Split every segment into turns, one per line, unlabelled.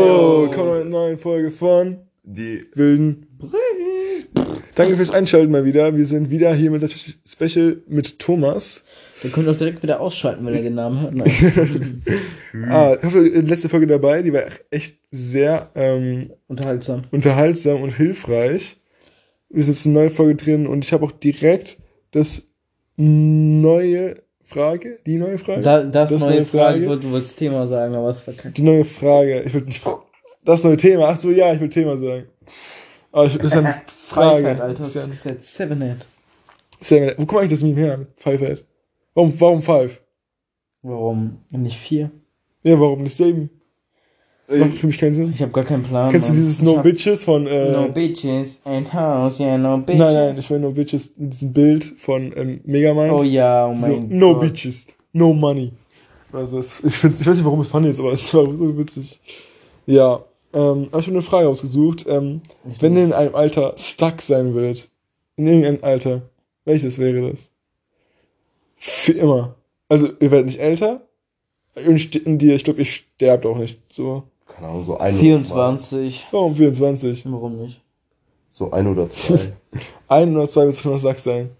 willkommen in einer neuen Folge von
Die
Wilden Bremen. Danke fürs Einschalten mal wieder. Wir sind wieder hier mit das Special mit Thomas.
Wir können doch direkt wieder ausschalten, wenn er den Namen hört. Nein.
Ah, ich hoffe, die letzte Folge dabei, die war echt sehr ähm,
Unterhaltsam.
unterhaltsam und hilfreich. Wir sind jetzt eine neue Folge drin und ich habe auch direkt das neue Frage, die neue Frage.
Da, das, neue Frage, wollte- du wolltest Thema sagen, aber es verkackt.
Die neue Frage. Ich würde nicht. fra- Das neue Thema. Ach so, ja, ich will Thema sagen. Aber ich, das ist eine Frage.
Freiheit, Alter.
Das ist
Das
ja-
ist jetzt Seven Hand.
das ist ja- Wo komme ich das Meme her? Five Head. Warum, warum Five?
Warum? Nicht vier?
Ja, warum nicht Seven? Das
Ey.
macht für mich keinen Sinn.
Ich habe gar keinen Plan.
Kennst du
Mann.
dieses
Ich
No
hab-
Bitches von. Äh,
No Bitches and House, yeah, no Bitches.
Nein, nein, ich will No Bitches in diesem Bild von ähm, Megamind.
Oh ja, oh mein
so,
Gott.
no Bitches, no Money. Also, es, ich, find's, ich weiß nicht, warum es funny ist, aber es war so witzig. Ja, ähm, aber ich habe eine Frage ausgesucht. Ähm,
Ich-
Wenn ihr in einem Alter stuck sein würdet, in irgendeinem Alter, welches wäre das? Für immer. Also, ihr werdet nicht älter. Und st- und ihr, ich glaube, ihr sterbt auch nicht. So,
Keine Ahnung, so ein oder zwei.
24.
warum 24?
Warum nicht?
So ein oder zwei.
Ein oder zwei wird noch stuck sein.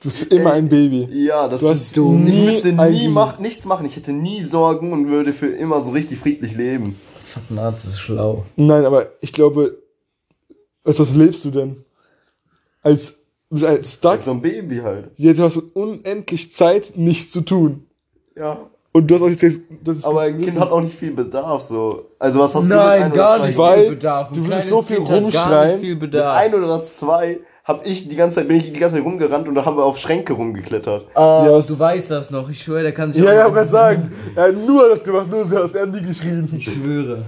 Du bist für
Äh,
immer ein Baby.
ja, das
Du hast
ist dumm. Ich
nie
müsste
ein-
nie mach, nichts machen. Ich hätte nie Sorgen und würde für immer so richtig friedlich leben.
Fuck, ein Arzt ist schlau.
Nein, aber ich glaube, als was lebst du denn? Als, als stuck?
Als so ein Baby halt.
Ja, du hast unendlich Zeit, nichts zu tun.
Ja.
Und du hast auch nicht das, das
Aber ein Kind
Wissen.
hat auch nicht viel Bedarf, so. Also was hast du
Nein,
mit ein
gar
oder
nicht
zwei?
Weil
viel Bedarf. Ein
du würdest
kleines
so viel
Kind hat Gar
rumschreien.
nicht viel
Mit
Bedarf.
ein oder zwei hab ich die ganze Zeit, bin ich die ganze Zeit rumgerannt und da haben wir auf Schränke rumgeklettert.
Ah,
Ja, es-
du weißt das noch. Ich schwöre, der kann sich
Ja,
auch-
ja, ich grad sagen. Er hat nur das gemacht, nur das Ende geschrieben.
Ich schwöre.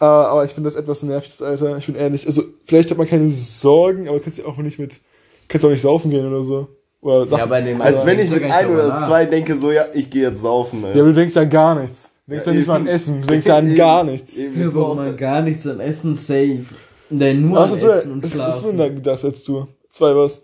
Äh, aber ich finde das etwas nerviges, Alter. Ich bin ehrlich. Also, vielleicht hat man keine Sorgen, aber kannst ja auch nicht mit. Kannst auch nicht saufen gehen oder so. Oder Sachen.
Ja,
aber,
bei dem
Als
Alter
wenn ich
denkst du
mit
gar nicht
ein
drüber
oder
nach.
zwei denke, so ja, ich gehe jetzt saufen. Ey.
du denkst ja gar nichts. Du denkst ja,
Ja,
nicht mal an
eben.
Essen. Du denkst ja an
Eben,
gar nichts.
eben,
Ja, warum man gar nichts am Essen safe? Nein, nur
Was
am
hast
Essen
du
und
was hast du
Schlafen.
denn da gedacht, als du zwei warst?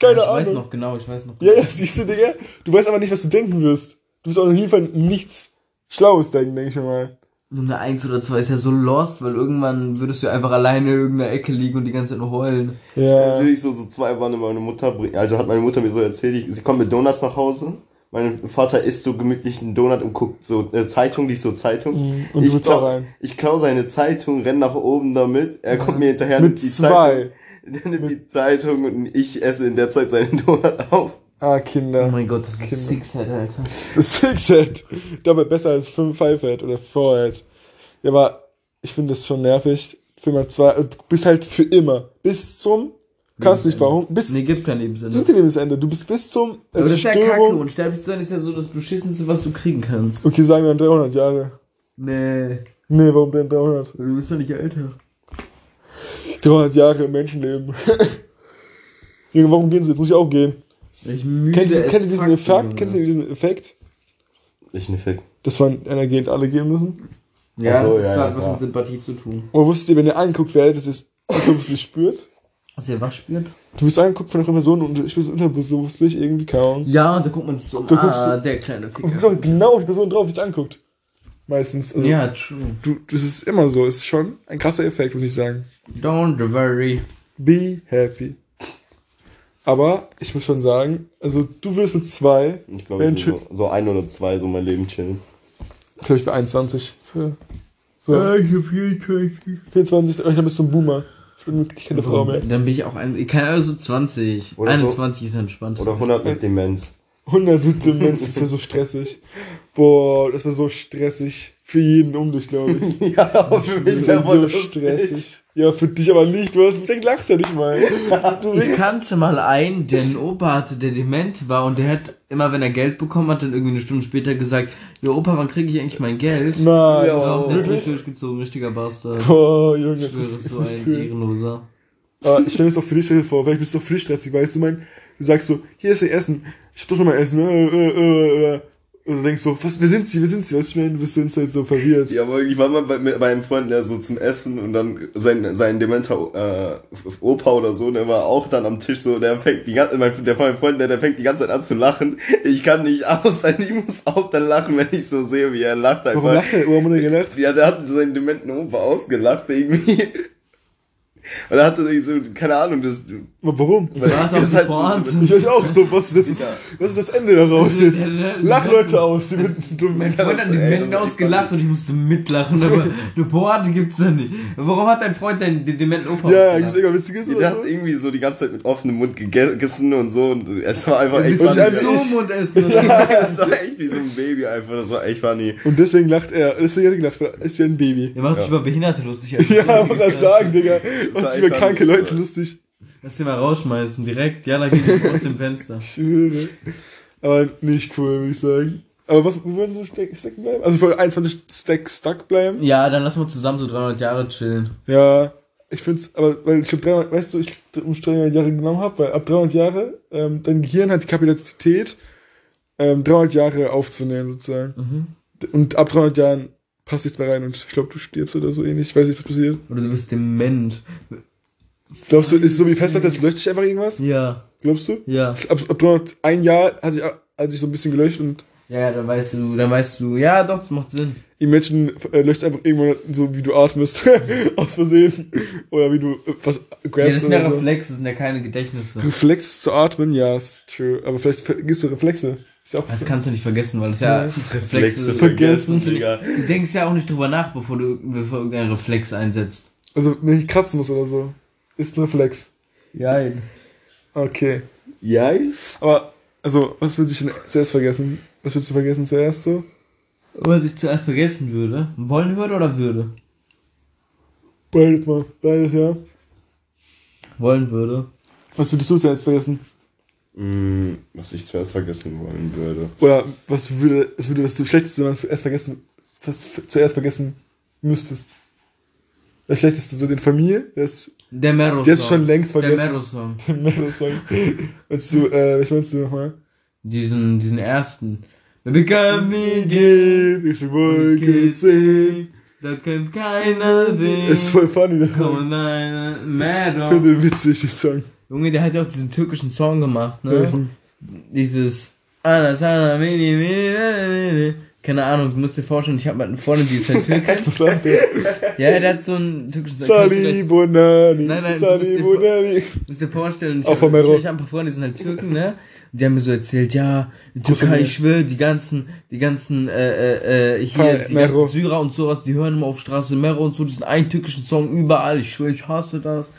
Keine
ich
Ahnung.
weiß noch genau, ich weiß noch
Ja,
genau.
ja, siehst du, Digga. Du weißt aber nicht, was du denken wirst. Du wirst auch auf jeden Fall nichts Schlaues denken, denke ich mir mal.
Nur eine Eins oder zwei ist ja so lost, weil irgendwann würdest du einfach alleine in irgendeiner Ecke liegen und die ganze Zeit nur heulen.
Ja.
sehe ich so, so zwei waren immer meine Mutter, bring- also hat meine Mutter mir so erzählt, ich, sie kommt mit Donuts nach Hause. Mein Vater isst so gemütlich einen Donut und guckt so äh, Zeitung, liest so Zeitung.
Mhm, und du
ich,
willst da rein.
ich klau seine Zeitung, renn nach oben damit. Er kommt mir hinterher
Mit
die
zwei.
Zeitung, nimmt die Zeitung und ich esse in der Zeit seinen Donut auf.
Ah,
Oh
Kinder.
mein Gott, das
Kinder.
ist Sixhead, Alter.
Das ist Six-Head. Dabei besser als 5-Five-Head oder 4-Head. Ja, aber ich finde das schon nervig. Für mal zwei, also du bist halt für immer. Bis zum, kannst nicht warum, bis
Nee,
nee,
gibt kein Lebenssinn.
zum Lebensende. Du bist bis zum äh,
Aber das ist ja Kacke.
Zerstörung.
Unsterblich zu sein ist ja so das Beschissenste, was du kriegen kannst.
Okay, sagen wir dann 300 Jahre.
Nee,
Nee, warum denn 300?
du bist doch nicht älter.
300 Jahre im Menschenleben. Junge, warum gehen sie jetzt? Muss ich auch gehen.
Ich müde
Kennst du,
as
kennst du diesen
fuck
Effekt?
bin,
Kennst du diesen Effekt?
Ich ne Fick.
Dass man einer geht, alle gehen müssen?
Junge. Ja,
Ach so,
das
ja,
ist
ja,
halt was
klar.
mit Sympathie zu tun.
Aber wusstet ihr, wenn ihr angeguckt werdet, dass ihr es unbewusstlich spürt?
Dass ihr was spürt?
Du wirst angeguckt von einer Person und ich bin so unterbewusstlich irgendwie kaum.
Ja, und da guckt man so,
Da guckst
ah,
du-
der kleine
Und du bist auch
Ficker.
genau auf die Person drauf, die dich anguckt. Meistens. Also,
Ja, true.
Du, das ist immer so. Es ist schon ein krasser Effekt, muss ich sagen.
Don't worry.
Be happy. Aber ich muss schon sagen, also du würdest mit zwei,
Ich glaube, ich
Mensch-
will so, so ein oder zwei so mein Leben chillen.
ich glaube, ich bin 21. Für, so,
ich hab viel Teufel.
24, aber ich bin so ein Boomer. Ich bin ich keine Frau mehr.
Oh, Dann bin ich auch ein, keine Ahnung, so 20.
Oder so.
21 ist entspannt.
Oder 100
Äh.
mit Demenz.
100 mit Demenz, das wäre so stressig. Boah, das wäre so stressig. Für jeden um dich, glaube ich.
ja, für
Das
mich
wär
ja voll
so
stressig.
Ja, für dich aber nicht. Du hast, vielleicht lachst ja nicht mal. Du
Ich
winkst.
kannte mal einen, der einen Opa hatte, der dement war und der hat immer, wenn er Geld bekommen hat, dann irgendwie eine Stunde später gesagt, Jo Opa, wann kriege ich eigentlich mein Geld?
Nein.
Ja,
Das ist
das
auch
ist
wirklich
wirklich.
durchgezogen, richtiger Bastard.
Boah, Junge, das
Ich schwöre, das ist
ist
so
richtig
ein
cool.
Ehrenloser.
Aber ich stelle es auch für dich stressig vor. Vielleicht bist du auch für dich stressig, weißt du, mein, du sagst so, hier ist dein Essen. Ich hab doch schon mal Essen. Äh, äh, äh, äh. Und du denkst so, was, wer sind sie, wer sind sie, was ich meine, du bist jetzt halt so verwirrt.
Ja, aber ich war mal bei, mit- bei einem Freund, der so zum Essen und dann sein, sein dementer äh, Opa oder so, der war auch dann am Tisch so, der fängt die ganze mein, der mein Freund, der, der fängt die ganze Zeit an zu lachen. Ich kann nicht aus, sein, ich muss auch dann lachen, wenn ich so sehe, wie er lacht einfach.
Warum lacht er? Warum hat er gelacht?
Ja, der hat seinen dementen Opa ausgelacht irgendwie. Und er hatte irgendwie so, keine Ahnung, das.
Warum?
Warte auf
Ist
die
halt so-
Ich
Pointe.
euch auch so, was ist jetzt
Digga.
das, was ist das Ende daraus jetzt? Lach Leute aus, die mit einem
Mein
dummen.
Freund hat die
Ey,
Menden
das ist
ausgelacht und ich musste mitlachen, aber eine Pointe gibt's da nicht. Warum hat dein Freund denn den dementen Opa
Ja, gibt's
ausgelacht?
irgendwas Witziges
Der
oder
hat
so?
irgendwie so die ganze Zeit mit offenem Mund gegessen und so und es war einfach echt
Und ich
funny.
also-
So Mund essen. oder so.
Das war echt wie so ein Baby einfach, das war echt funny.
Und deswegen lacht er, deswegen hat er gelacht, weil er ist wie ein Baby.
Der macht sich
Ja.
über Behinderte lustig. als
Ja,
Behinderte
muss man
gesagt.
sagen, Digga.
war
Und sich über
einfach-
kranke Leute lustig.
Lass den mal rausschmeißen, direkt. Ja, da geht er aus dem Fenster.
Ich schwöre. Aber nicht cool, würde ich sagen. Aber was, wo würdest du steck- stecken bleiben? Also für 21 Stack stuck bleiben?
Ja, dann lass mal zusammen so 300 Jahre chillen.
Ja, ich find's, aber, weil ich glaube, 300, weißt du, ich um 300 Jahre genommen hab weil ab 300 Jahre, ähm, dein Gehirn hat die Kapazität, ähm, 300 Jahre aufzunehmen, sozusagen.
Mhm.
Und ab 300 Jahren passt nichts mehr rein und ich glaube, du stirbst oder so ähnlich. Ich weiß nicht, was passiert.
Oder du bist dement.
Glaubst du, ist es so wie Festplatte, es löscht sich einfach irgendwas?
Ja,
Glaubst du?
ja.
Ab, ab 300, ein Jahr hat sich, hat sich so ein bisschen gelöscht und
Ja, ja, dann weißt du, dann weißt du, ja, doch, das macht Sinn.
Imagine äh, löscht einfach irgendwann so, wie du atmest, aus Versehen. Oder wie du äh, was
Ja, das
grabst
sind ja
oder so.
Reflexe, das sind ja keine Gedächtnisse.
Reflex zu atmen, ja, ist true. Aber vielleicht vergisst du Reflexe. Ist ja auch
Das kannst du nicht vergessen, weil das ja
Ja.
Reflexe.
vergessen,
Digga.
Du denkst ja auch nicht drüber nach, bevor du bevor irgendein Reflex einsetzt.
also, wenn ich kratzen muss oder so, ist ein Reflex.
Ja,
Okay.
Ja?
Aber, also, was willst du denn zuerst vergessen? Was willst du vergessen zuerst so?
was ich zuerst vergessen würde. Wollen würde oder würde?
Beides mal. Beides, ja.
Wollen würde.
Was würdest du zuerst vergessen?
Hm, was ich zuerst vergessen wollen würde.
Oder was würde, es würde das Schlechteste, was du erst vergessen, was du zuerst vergessen müsstest? Das Schlechteste, so den Familie, der ist
Der Mero-Song.
Der ist schon längst
Der
vergessen.
Mero-Song.
Der Mero-Song. Meinst du, äh, was meinst du nochmal?
Diesen, diesen ersten. Become me,
Ich wollte sehen.
da kann keiner sehen.
Ist voll funny. der
Komm
Song.
und eine
Ich
Mero.
finde den witzig, den Song.
Junge, der hat ja auch diesen türkischen Song gemacht, ne?
Welchen?
dieses Anas, Anas, Mini, Mini, Mini, Mini. keine Ahnung, du musst dir vorstellen, ich habe mal eine Freundin, die ist halt Türkin.
Was sagt der?
ja, der hat so einen türkischen
Sali
Du
Bonani.
Nein, nein, du musst
Sali
dir
Bonani.
musst dir vorstellen, ich
Auch von
habe ich,
Mero.
ich hab ein paar Freunde, die sind halt Türken, ne? Und die haben mir so erzählt, ja, die Türkei,
Kosovo.
ich schwöre, die ganzen, die ganzen, äh, äh, äh, hier,
Fall
die
Mero.
ganzen Syrer und sowas, die hören immer auf Straße Mero und so, diesen einen türkischen Song überall, ich schwöre, ich hasse das.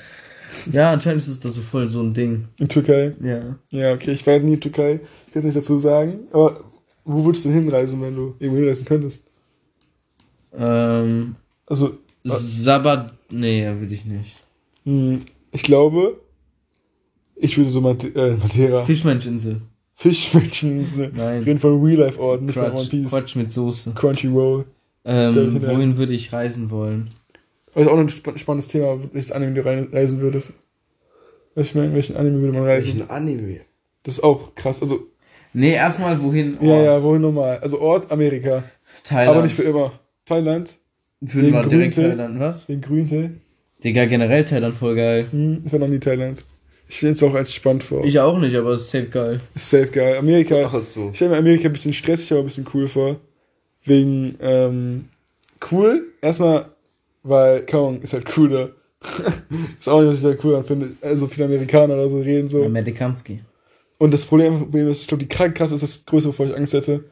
Ja, anscheinend ist das so voll so ein Ding.
In Türkei.
Ja.
Ja, okay, ich war nie in Türkei. Ich kann nichts dazu sagen. Aber wo würdest du denn hinreisen, wenn du irgendwo hinreisen könntest?
Ähm,
Also,
Sabbat, nee, will ich nicht.
mh, hm, ich glaube, ich würde so Mate äh, Matera.
Fischmenschinsel.
Fischmenschen. ist eine-
Nein.
Ich rede von Real-Life-Orten, nicht von One
Quatsch,
Piece.
Quatsch mit Soße.
Crunchyroll. Darf ich
Ähm,
reisen?
wohin würde ich reisen wollen?
Das ist auch noch ein spa- spannendes Thema, welches Anime du rein- reisen würdest. Ich meine, welchen Anime würde man reisen?
Anime?
Das ist auch krass. Also,
Nee, erstmal wohin? Oh,
ja, ja, wohin nochmal? Also Ort Amerika.
Thailand.
Aber nicht für immer. Thailand,
Würden wir
den
direkt
Grüntee.
Thailand, was?
den Grüntee.
Digga, generell Thailand voll geil.
Hm, ich war noch nie Thailand. Ich finde es auch als spannend vor.
Ich auch nicht, aber es ist safe geil.
Ist safe geil. Amerika.
Ach halt so.
Ich stelle mir Amerika ein bisschen stressig, aber ein bisschen cool vor. Wegen, ähm, cool. Erstmal, weil, keine Ahnung, ist halt cooler. ist auch nicht, was ich da cool an finde. Also viele Amerikaner oder so reden so.
Amerikanski.
Und das Problem, Problem ist, ich glaube, die Krankenkasse ist das Größte, wovor ich Angst hätte.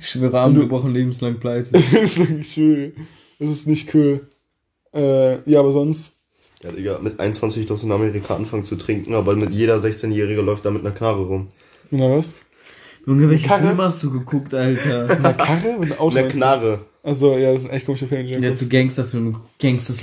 Ich schwöre, Arm gebrochen, lebenslang pleite.
Deswegen, ich schwöre, das ist nicht cool. Äh, ja, aber sonst,
Ja, Digga, mit 21 darfst du in Amerika anfangen zu trinken, aber mit jeder 16-Jährige läuft da mit einer Knarre rum.
na was?
Junge, welche
Karre?
Filme hast du geguckt, Alter?
Eine Karre und ein Auto?
Eine
meinst du?
Knarre.
Also, ja, das ist ein echt komischer Film.
ja,
Jacob.
zu Gangsterfilmen geguckt. Gangsters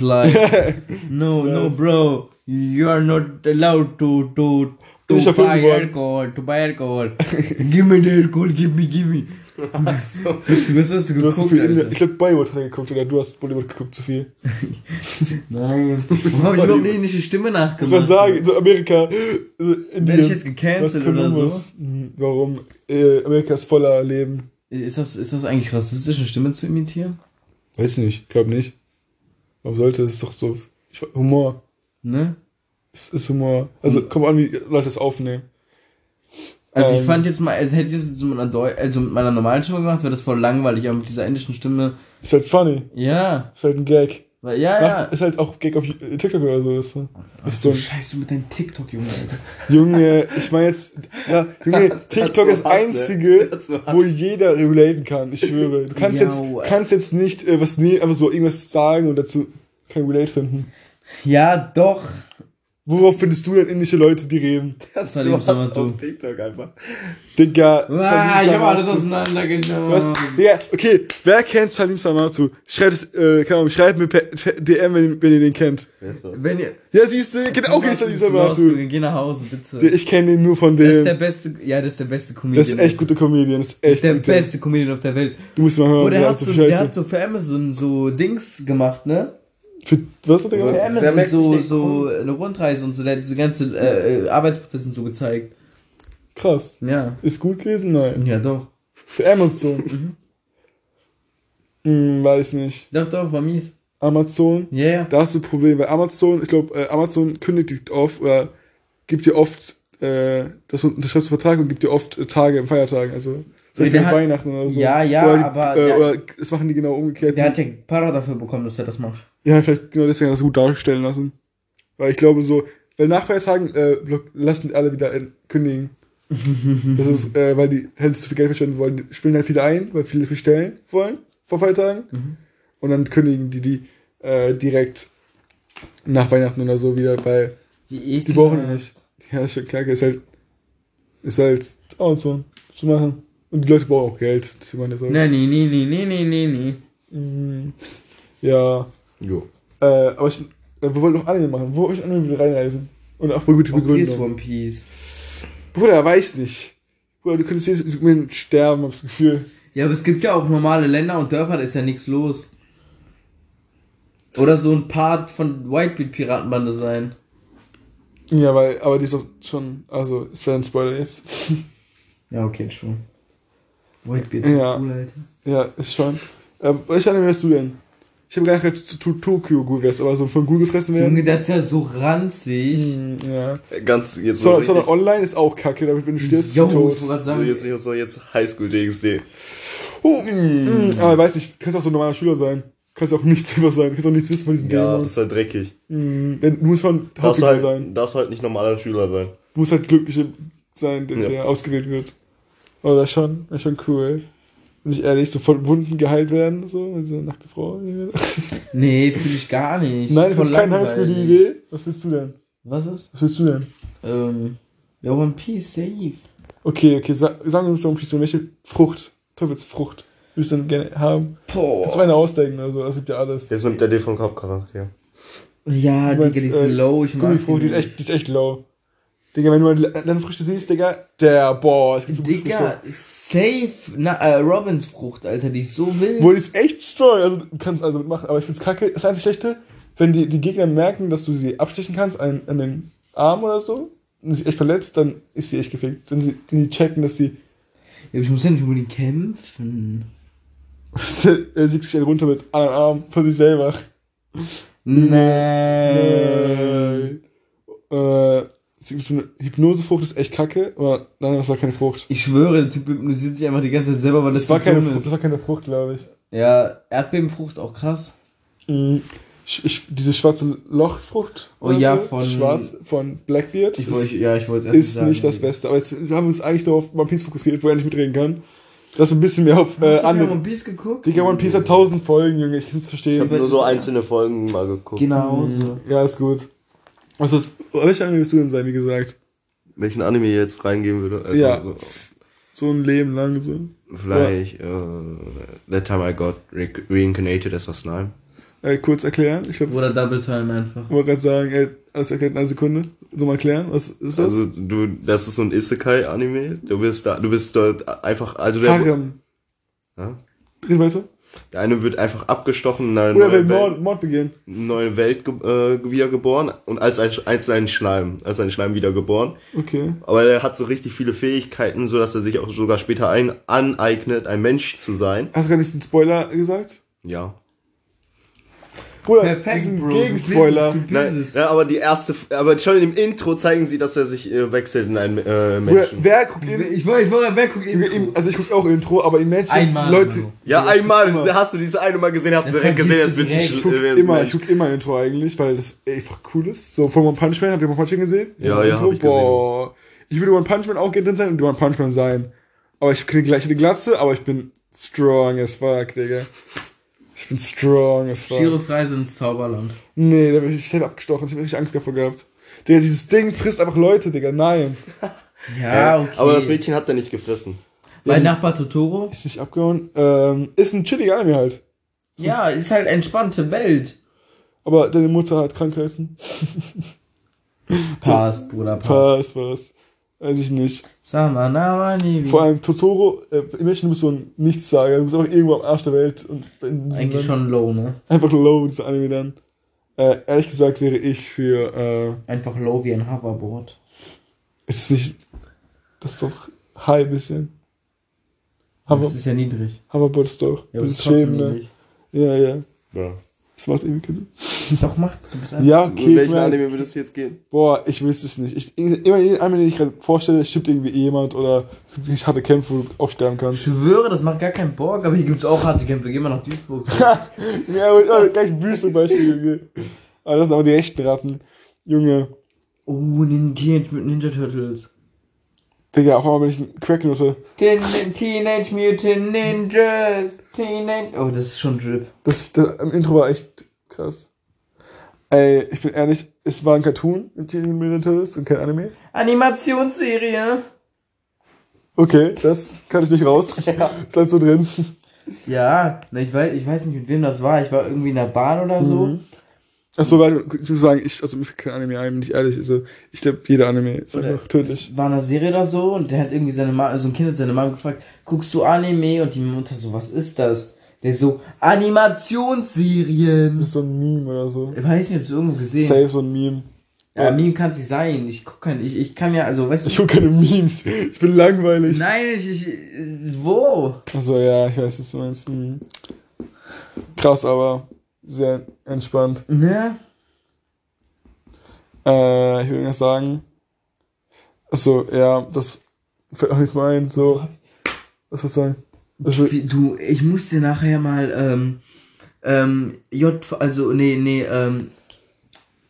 Life. No, no, bro. You are not allowed to, to,
Bin ich
to
auf
buy
irgendwo an.
alcohol, to buy alcohol. give me the alcohol, give me, give me. Was, was hast du geguckt,
Du hast so viel Indi-
Alter?
Ich glaube, Bollywood hat er geguckt oder du hast Bollywood geguckt, zu viel.
Nein. Warum habe ich überhaupt eine indische Stimme
Ich
nachgemacht?
würde sagen, so Amerika. So Indien,
Werde ich jetzt
was
gecancelt oder so?
Columbus, hm, Warum? Äh, Amerika ist voller Leben.
Ist das, ist das eigentlich rassistisch, eine Stimme zu imitieren?
Weiß nicht, glaub nicht. Warum sollte es doch so. Ich, Humor.
Ne?
Es ist Humor. Also, komm an, wie Leute es aufnehmen.
Hm. Also ich
Ähm.
fand jetzt mal, also hätte ich das jetzt mit meiner, Deu also mit meiner normalen Stimme gemacht, wäre das voll langweilig, aber mit dieser indischen Stimme,
Ist halt funny.
ja,
Ist halt ein Gag.
weil, ja,
Ja.
ja.
Ist halt auch Gag auf TikTok oder so. Ist, ne? ist so ein
Scheiße, mit deinem TikTok, Junge, Alter.
Junge, ich meine jetzt, ja, Junge, TikTok
so
ist
Hass, ne?
einzige,
Das ist so Hass.
wo jeder relaten kann, ich schwöre. Du kannst
Ja,
jetzt,
wow.
kannst jetzt nicht äh, was nie, einfach so irgendwas sagen und dazu kein Relate finden.
Ja, doch.
Worauf findest du denn indische Leute, die reden?
Das
war liebst du mal
auf
tun.
TikTok einfach.
Digga,
Ah, ich hab alles
Samatu.
auseinandergenommen.
was? Digga, okay, wer kennt Salim Samatu? Schreibt es, äh, keine Ahnung, schreibt mir per per DM, wenn, ihr- wenn ihr den kennt.
Wer ist das?
Wenn ihr,
Ja, siehst du, kennt auch Salim Samatu.
Junge, Geh nach Hause, bitte.
Ich kenne ihn nur von
Das ist der
dem.
beste, ja, das ist der beste Comedian.
Das ist echt guter Comedian, das ist
Das ist
echt
der
guter.
beste Comedian auf der Welt.
Du musst mal hören,
Oder der
ja,
hat
Oh, so
so,
Scheiße.
der hat so für Amazon so Dings gemacht, ne?
Für, was hat er
Für
gemacht?
Ja.
Amazon
merkt sich
so,
den
so eine Rundreise und so, der hat diese ganze äh, äh, Arbeitsprozesse und so gezeigt.
Krass.
Ja.
Ist gut gewesen? Nein.
Ja, doch.
Für
Mhm.
Amazon. hm, weiß nicht.
Doch, doch, war mies.
Amazon.
Ja, ja.
Da hast du ein Problem, weil Amazon, ich glaube, äh, Amazon kündigt dich oft oder gibt dir oft, äh, das unterschreibst du einen Vertrag und gibt dir oft äh, Tage im Feiertagen, also zum Beispiel
Ja, der hat-
Weihnachten oder so.
Ja, ja,
oder, die-
aber
Äh,
der-
oder das machen die genau umgekehrt.
Der hat ja Para dafür bekommen, dass er das macht.
ja, vielleicht genau deswegen hat er das gut darstellen lassen. Weil ich glaube so, weil nach Feiertagen äh, block- lassen alle wieder äh, kündigen. das ist, äh, weil die halt zu viel Geld verschwenden wollen. Die spielen halt viele ein, weil viele bestellen wollen vor Feiertagen.
Mhm.
Und dann kündigen die die äh, direkt nach Weihnachten oder so wieder, weil
Die,
die brauchen die nicht. Ja, ist schon kacke. Ist halt, ist halt auch und so zu machen. Und die Leute brauchen auch Geld. Das will man ja sagen.
Nein, nee, nee, nee, nee, nee, nee, nee.
Mhm. Ja.
Jo.
Äh, aber ich, äh, wir wollten noch Anime machen. Wo wollte ich Anime wieder reinreisen? Und auch mal gute
Okay, ist
Begründung.
One Piece.
Bruder, weiß nicht. Bruder, du könntest jetzt irgendwann sterben, hab das Gefühl.
Ja, aber es gibt ja auch normale Länder und Dörfer, da ist ja nichts los. Oder so ein Part von Whitebeat-Piratenbande sein.
Ja, weil, aber die ist doch schon, also, es wäre ein Spoiler jetzt.
Ja, okay, schon. Whitebeard
ist Ja.
cool,
cool,
Alter.
ja, ist schon. Ähm, welche Anime wärst du denn? Ich habe gar nicht gedacht, dass du Tokyo Ghoul wärst, aber so von Ghoul gefressen werden.
Junge, das ist ja so ranzig.
Hm, ja.
Äh, Ganz jetzt so.
So,
richtig,
so online ist auch kacke, damit wenn du stirbst, bist
Jo,
du
ich
tot.
wollte gerade
so
sagen,
jetzt, jetzt, so jetzt Highschool DXD.
Oh, mm. Mm, aber weiß nicht, kannst auch so ein normaler Schüler sein. Kannst auch nichts selber sein, kannst auch nichts wissen von diesen
Ja,
Gamern.
das war dreckig.
Mm, denn du musst schon
Darfst du,
Hauptfigur
halt,
sein.
darfst du halt nicht normaler Schüler sein.
muss halt glücklich sein, der,
Ja.
der ausgewählt wird. Aber das ist schon, das ist schon cool. Bin ich ehrlich, so von Wunden geheilt werden, so, wenn so eine nackte Frau. Nein,
nee, fühle ich gar nicht.
das
Voll
ist keine
langweilig.
Highschool die Idee. Was willst du denn?
Was ist?
Was willst du denn?
Ähm, ja, One Piece, safe.
Okay, okay, sa sagen wir uns doch ein bisschen, welche Frucht, Teufelsfrucht, würdest du denn gerne haben? Kannst du
Boah.
eine ausdenken oder so, das gibt ja alles.
Jetzt nimmt der D vom Kopfcharakter.
Ja,
Du
Digga,
meinst,
die sind
äh,
low. Ich mag
Gummifrucht, die ist echt, die ist echt low. Digga, wenn du mal L- Landfrüchte siehst, Digga, der, boah, es gibt so gute Früchte.
Digga, safe. Na, äh, Robins Frucht, Alter, die ist so wild.
Wo die ist echt strong, also du kannst also mitmachen, aber ich find's kacke. Das einzige Schlechte, wenn die, die Gegner merken, dass du sie abstechen kannst an, an den Arm oder so und sich echt verletzt, dann ist sie echt gefickt. Wenn sie wenn die checken, dass sie
Ja, aber ich muss ja nicht unbedingt kämpfen.
er siegt äh, sich einen runter mit anderen Arm von sich selber.
Äh. Nein.
Äh, sie gibt so eine Hypnosefrucht ist echt kacke, aber nein, das war keine Frucht.
Ich schwöre, der Typ hypnotisiert sich einfach die ganze Zeit selber, weil das,
Das war
zu
keine
dumm
Frucht, das war keine Frucht, glaube ich.
Ja, Erdbebenfrucht auch krass.
Mhm. Ich, ich, diese schwarze Lochfrucht.
Oh
oder
ja,
so,
von-
Schwarz von Blackbeard.
Ich
ist-
wollte, ja, ich wollte erst
ist nicht das Beste. Aber jetzt haben wir uns eigentlich darauf auf One Piece fokussiert, wo er nicht mitreden kann. Dass wir ein bisschen mehr auf äh,
Hast du One
andere.
Piece geguckt? Mhm.
Digga, One Piece hat tausend Folgen, Junge, ich kann's
Ich
verstehen.
habe nur so einzelne Folgen mal geguckt.
Genau.
Ja, ist gut. Was ist, welche Anime willst du denn sein, wie gesagt?
Welchen Anime ihr jetzt reingehen würde? Also,
Ja.
so,
So ein Leben lang so.
vielleicht äh, That Time I Got Re Reincarnated as a Slime.
Äh, kurz erklären. Ich glaube,
Oder Double Time einfach.
ich wollte gerade sagen, ey, das erklärt in einer Sekunde. So mal erklären, was ist das?
Also du, das ist so ein Isekai-Anime. Du bist da, du bist dort einfach, also der,
Harem.
Ja?
Red weiter.
Der eine wird einfach abgestochen in eine
Oder will
neue
Mord,
Welt,
Mord begehen.
neue Welt ge äh, wiedergeboren und als, ein Sch- als ein Schleim, als ein Schleim wiedergeboren.
Okay.
Aber er hat so richtig viele Fähigkeiten, so dass er sich auch sogar später ein aneignet, ein Mensch zu sein.
Hast du gerade nicht einen Spoiler gesagt?
Ja.
Bruder,
Perfekt,
diesen
Bro. du
Gegenspoiler.
bist es, du
Nein,
bist es.
ja, aber die erste, aber schon im Intro zeigen sie, dass er sich äh, wechselt in einen äh,
Bruder,
Menschen.
wer guckt in,
Ich wollte, ich wollte, wer guckt
Junge,
eben.
im- Also ich gucke auch Intro, aber im Menschen
Einmal,
Leute.
Manu.
Ja, einmal,
immer.
hast du dieses eine Mal gesehen, hast du
Das
direkt
vergisst
gesehen,
du
es wird
direkt.
ein
Ich
Sch-
guck
äh,
immer,
Mensch.
ich guck immer Intro eigentlich, weil das einfach cool ist. So von One Punch Man, habt ihr One Punch Man gesehen?
Ja,
Das
ja,
Intro?
hab ich gesehen.
Boah. Ich würde One Punch Man auch gerne drin sein und One Punch Man sein. Aber ich kriege gleich eine Glatze, aber ich bin strong as fuck, Digga. Ich bin strong as fuck.
Shiros Reise ins Zauberland.
Nee, da bin ich schnell abgestochen. Ich hab richtig Angst davor gehabt. Digga, dieses Ding frisst einfach Leute, Digga. Nein.
Ja,
Ja,
okay.
Aber das Mädchen hat er nicht gefressen.
Mein Nachbar Totoro?
Ist nicht abgehauen. Ähm, ist ein chilliger Anime halt.
Ja, ist halt entspannte Welt.
Aber deine Mutter hat Krankheiten.
Passt, Bruder,
Was,
passt.
was? Weiß ich nicht.
Samanama Nibi.
Vor allem Totoro, äh, imagine, du bist so ein Nichtssager, du bist einfach irgendwo am Arsch der Welt und in diesem
Eigentlich
Land-
schon low, ne?
einfach low, das Anime dann. Äh, ehrlich gesagt wäre ich für, äh,
Einfach low wie ein Hoverboard.
ist es nicht, das ist doch high ein bisschen.
Aber
Hover-
das ist ja niedrig.
Hoverboard ist doch,
Ja, aber
das
es
ist
ist trotzdem
schämen, ne?
niedrig.
Ja, ja,
Ja.
das macht irgendwie keinen Sinn.
Doch, macht's. Du bist einfach.
Ja,
Okay, in
okay,
welchen
ich mein,
Anime würde es jetzt gehen?
boah, ich wüsste es nicht. Ich, immer jeden Anime, den ich gerade vorstelle, stirbt irgendwie jemand oder es gibt richtig harte Kämpfe, wo du auch sterben
Ich
kannst.
schwöre, das macht gar keinen Bock, aber hier gibt's auch harte Kämpfe. Geh mal nach Duisburg.
ja, aber ja, gleich Büsselbeispiel, Junge. Aber das sind aber die rechten Ratten. Junge.
oh, Nin- Teenage Mutant Ninja Turtles.
Digga, auf einmal bin ich ein Cracknote.
Teenage Mutant Ninjas. Teenage. Oh, das ist schon Drip.
Das, das im Intro war echt krass. Ey, ich bin ehrlich, es war ein Cartoon mit Teenage Mutant Ninja Turtles und kein Anime.
Animationsserie.
Okay, das kann ich nicht raus. Ist halt so drin.
Ja, na, ich weiß, ich weiß nicht, mit wem das war. Ich war irgendwie in der Bahn oder so.
Mhm. Achso, warte, ich muss sagen, ich, also mir fällt kein Anime ein, bin ich ehrlich. Also, ich glaube, jeder Anime ist
Oder-
einfach tödlich.
Das war eine Serie oder so und der hat irgendwie seine Mama, so ein Kind hat seine Mama gefragt, guckst du Anime? Und die Mutter so, was ist das? Der so,
Das
Animationsserien.
ist so ein Meme oder so.
Ich weiß nicht, hab's irgendwo gesehen.
Safe so ein Meme.
Ja, Meme kann's nicht sein. Ich guck kein, ich, ich kann ja, also, weißt du.
Ich gucke keine Memes. Ich bin langweilig.
nein, ich, ich, äh, wo?
Achso, ja, ich weiß, was du meinst. Mhm. Krass, aber sehr entspannt.
Ne?
Äh, ich will irgendwas sagen. Achso, ja, das fällt auch nichts mehr ein. So. Was soll ich sagen? Das will,
Wie, du, ich muss dir nachher mal, ähm, ähm, J, also, nee, nee, ähm,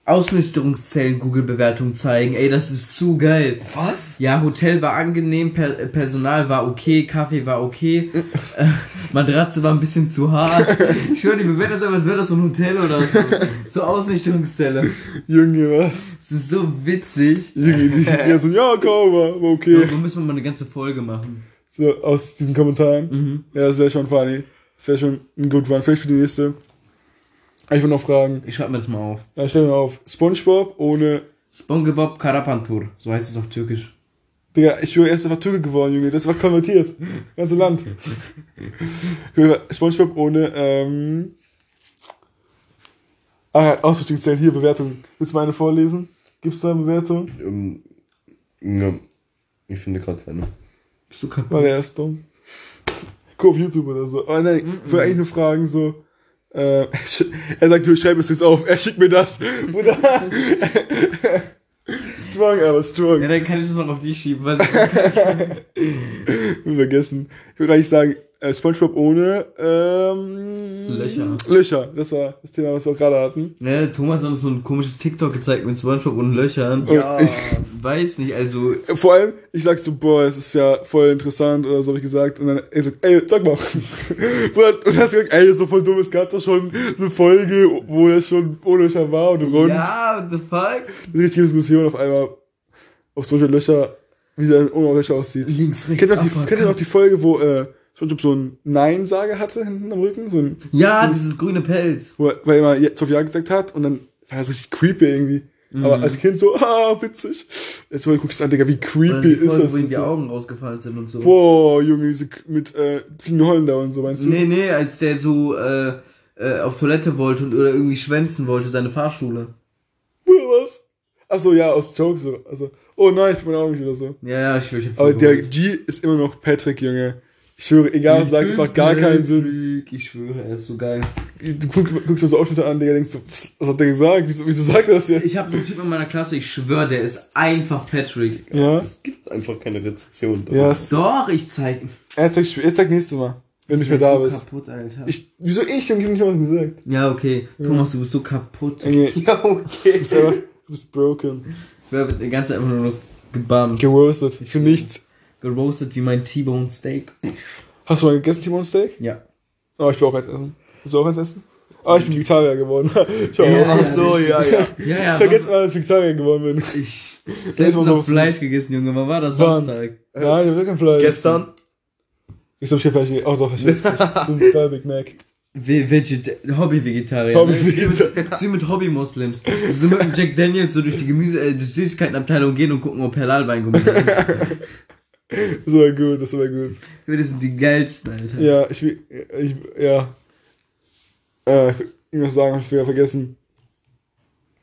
Ausnüchterungszellen Google-Bewertung zeigen. Ey, das ist zu geil.
Was?
Ja, Hotel war angenehm, per äh, Personal war okay, Kaffee war okay, äh, Matratze war ein bisschen zu hart. Ich schwör, die bewertet das einfach, als wäre das so ein Hotel oder so. So Ausnichtungszelle.
Junge, was?
Das ist so witzig.
Junge, die ja so, ja, komm, war war okay.
Darüber müssen wir mal eine ganze Folge machen.
So, aus diesen Kommentaren.
Mhm.
Ja, das wäre schon funny. Das wäre schon ein gut one. Vielleicht für die nächste. Ah, Ich will noch fragen.
Ich schreibe mir das mal auf.
Ja, ich schreibe mir auf. Spongebob ohne.
SpongeBob Karapantur, so heißt es auf Türkisch.
Digga, ich bin erst einfach Türke geworden, Junge. Das war konvertiert. Ganze Land. Junge, Spongebob ohne, ähm. Ah, ja, Ausrichtungszellen, hier, Bewertung. Willst du meine vorlesen? Gibt's da eine Bewertung?
Ähm, ja. Ich finde gerade keine.
Bist du
War
kaputt?
der erst dumm. Guck auf YouTube oder so. Aber nein, ich will eigentlich nur fragen, so. Äh, er sagt, du schreib es jetzt auf. Er schickt mir das. Bruder. strong, aber strong.
Ja, dann kann ich das noch auf dich schieben. Was?
vergessen. Ich würde eigentlich sagen, äh, Spongebob ohne ähm,
Löcher.
Löcher, das war das Thema, was wir auch gerade hatten.
ne, Thomas hat uns so ein komisches TikTok gezeigt mit SpongeBob und Löchern.
Ja.
Weiß nicht, also
Äh, Vor allem, ich sag so, boah, es ist ja voll interessant oder so habe ich gesagt. Und dann er sagt, ey, sag mal. Bruder, und hast gesagt, ey, so voll dumm, es gab da schon eine Folge, wo das schon ohne Löcher war und rund.
Ja, what the fuck?
Eine richtige Diskussion auf einmal, ob Spongebob Löcher, wie sein ohne Löcher aussieht.
Links, rechts.
Kennt ihr noch die,
Upper,
kennt ihr noch die Folge, wo äh, Spongebob so ein Nein-Sage hatte hinten am Rücken? So ein
Ja, dieses grüne Pelz.
Wo er, weil er immer jetzt auf Ja gesagt hat und dann war das richtig creepy irgendwie. Aber
Mhm.
als Kind so, ah, witzig. Jetzt mal guckst du an, Digga, wie
Oder die
creepy ist
Folge,
das?
wo ihm
Und
die
so.
Augen rausgefallen sind und so.
Boah, Junge, diese K- mit äh, fliegenden Holländer und so, meinst du?
Nee, nee, als der so äh, äh, auf Toilette wollte und, oder irgendwie schwänzen wollte, seine Fahrschule.
Oder was? Achso, ja, aus Jokes. so. Also, oh nein, ich bin auch nicht oder so.
Ja, ja, ich will ich hab
Aber der
verloren.
G ist immer noch Patrick, Junge. Ich schwöre, egal was du sagst, es macht gar keinen Sinn.
Ich schwöre, er ist so geil.
Du guck, guckst mir so Ausschnitte an, Digga, denkst so, was, was hat der gesagt? Wieso, wieso sagt er das jetzt?
Ich habe einen Typ in meiner Klasse, ich schwöre, der ist einfach Patrick.
ja.
Es gibt einfach keine Rezession.
Ja, es-
Doch, ich zeig.
er zeigt, er zeigt nächstes Mal, wenn du nicht mehr da
halt so
bist.
kaputt, Alter.
Ich, wieso ich? Junge, Ich hab nicht mal was gesagt.
ja, okay. Thomas, du bist so kaputt.
Junge, du
Ja, okay.
bist einfach, du bist broken.
Ich werde die ganze Zeit einfach nur noch gebannt.
Geroastet. Für nichts.
geroastet wie mein T-Bone Steak.
Hast du mal gegessen, Timon Steak?
Ja.
Oh, ich will auch eins essen. Willst du auch eins essen? Ah, ich bin Vegetarier geworden. ich hab
Ja,
auch-
Ach so, ja, ja.
Ja,
ich
ja.
vergesse
was-
mal, dass ich Vegetarier geworden bin.
ich
Letztes
selbst
Mal
noch
so-
Fleisch gegessen, Junge. Wann war das
Wann?
Samstag?
Nein, ich hab kein Fleisch.
Gestern?
Ich hab kein Fleisch gegessen. Oh doch, ich esse Fleisch. Ich bin bei Big Mac.
We- Veget Hobby-Vegetarier.
Hobby-
Hobby wie mit Hobby-Moslems. Die So mit dem Jack Daniels so durch die Gemüse, äh, die Süßigkeitenabteilung gehen und gucken, ob Perlalweingemüse ist.
Das war gut, das war gut.
Junge, Das sind die geilsten, Alter.
Ja, ich will. Ich, ja. Äh, ich will irgendwas sagen, hab ich wieder vergessen.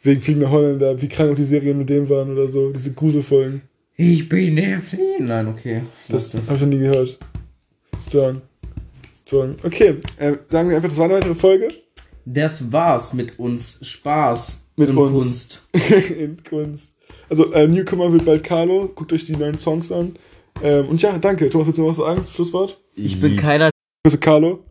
Wegen fliegender Holländer, wie krank auch die Serien mit dem waren oder so. Diese Gruselfolgen.
Ich bin der Fliehen. Nein, okay.
Das,
Lass das.
hab ich noch nie gehört. Strong. Strong. Okay, äh, sagen wir einfach, das war eine weitere Folge.
Das war's mit uns. Spaß.
Mit
und
uns.
Kunst.
in Kunst. Also, äh, Newcomer wird bald Carlo. Guckt euch die neuen Songs an. Ähm, und ja, danke. Thomas, willst du noch was sagen? Schlusswort?
Ich bin keiner.
Grüße, Carlo.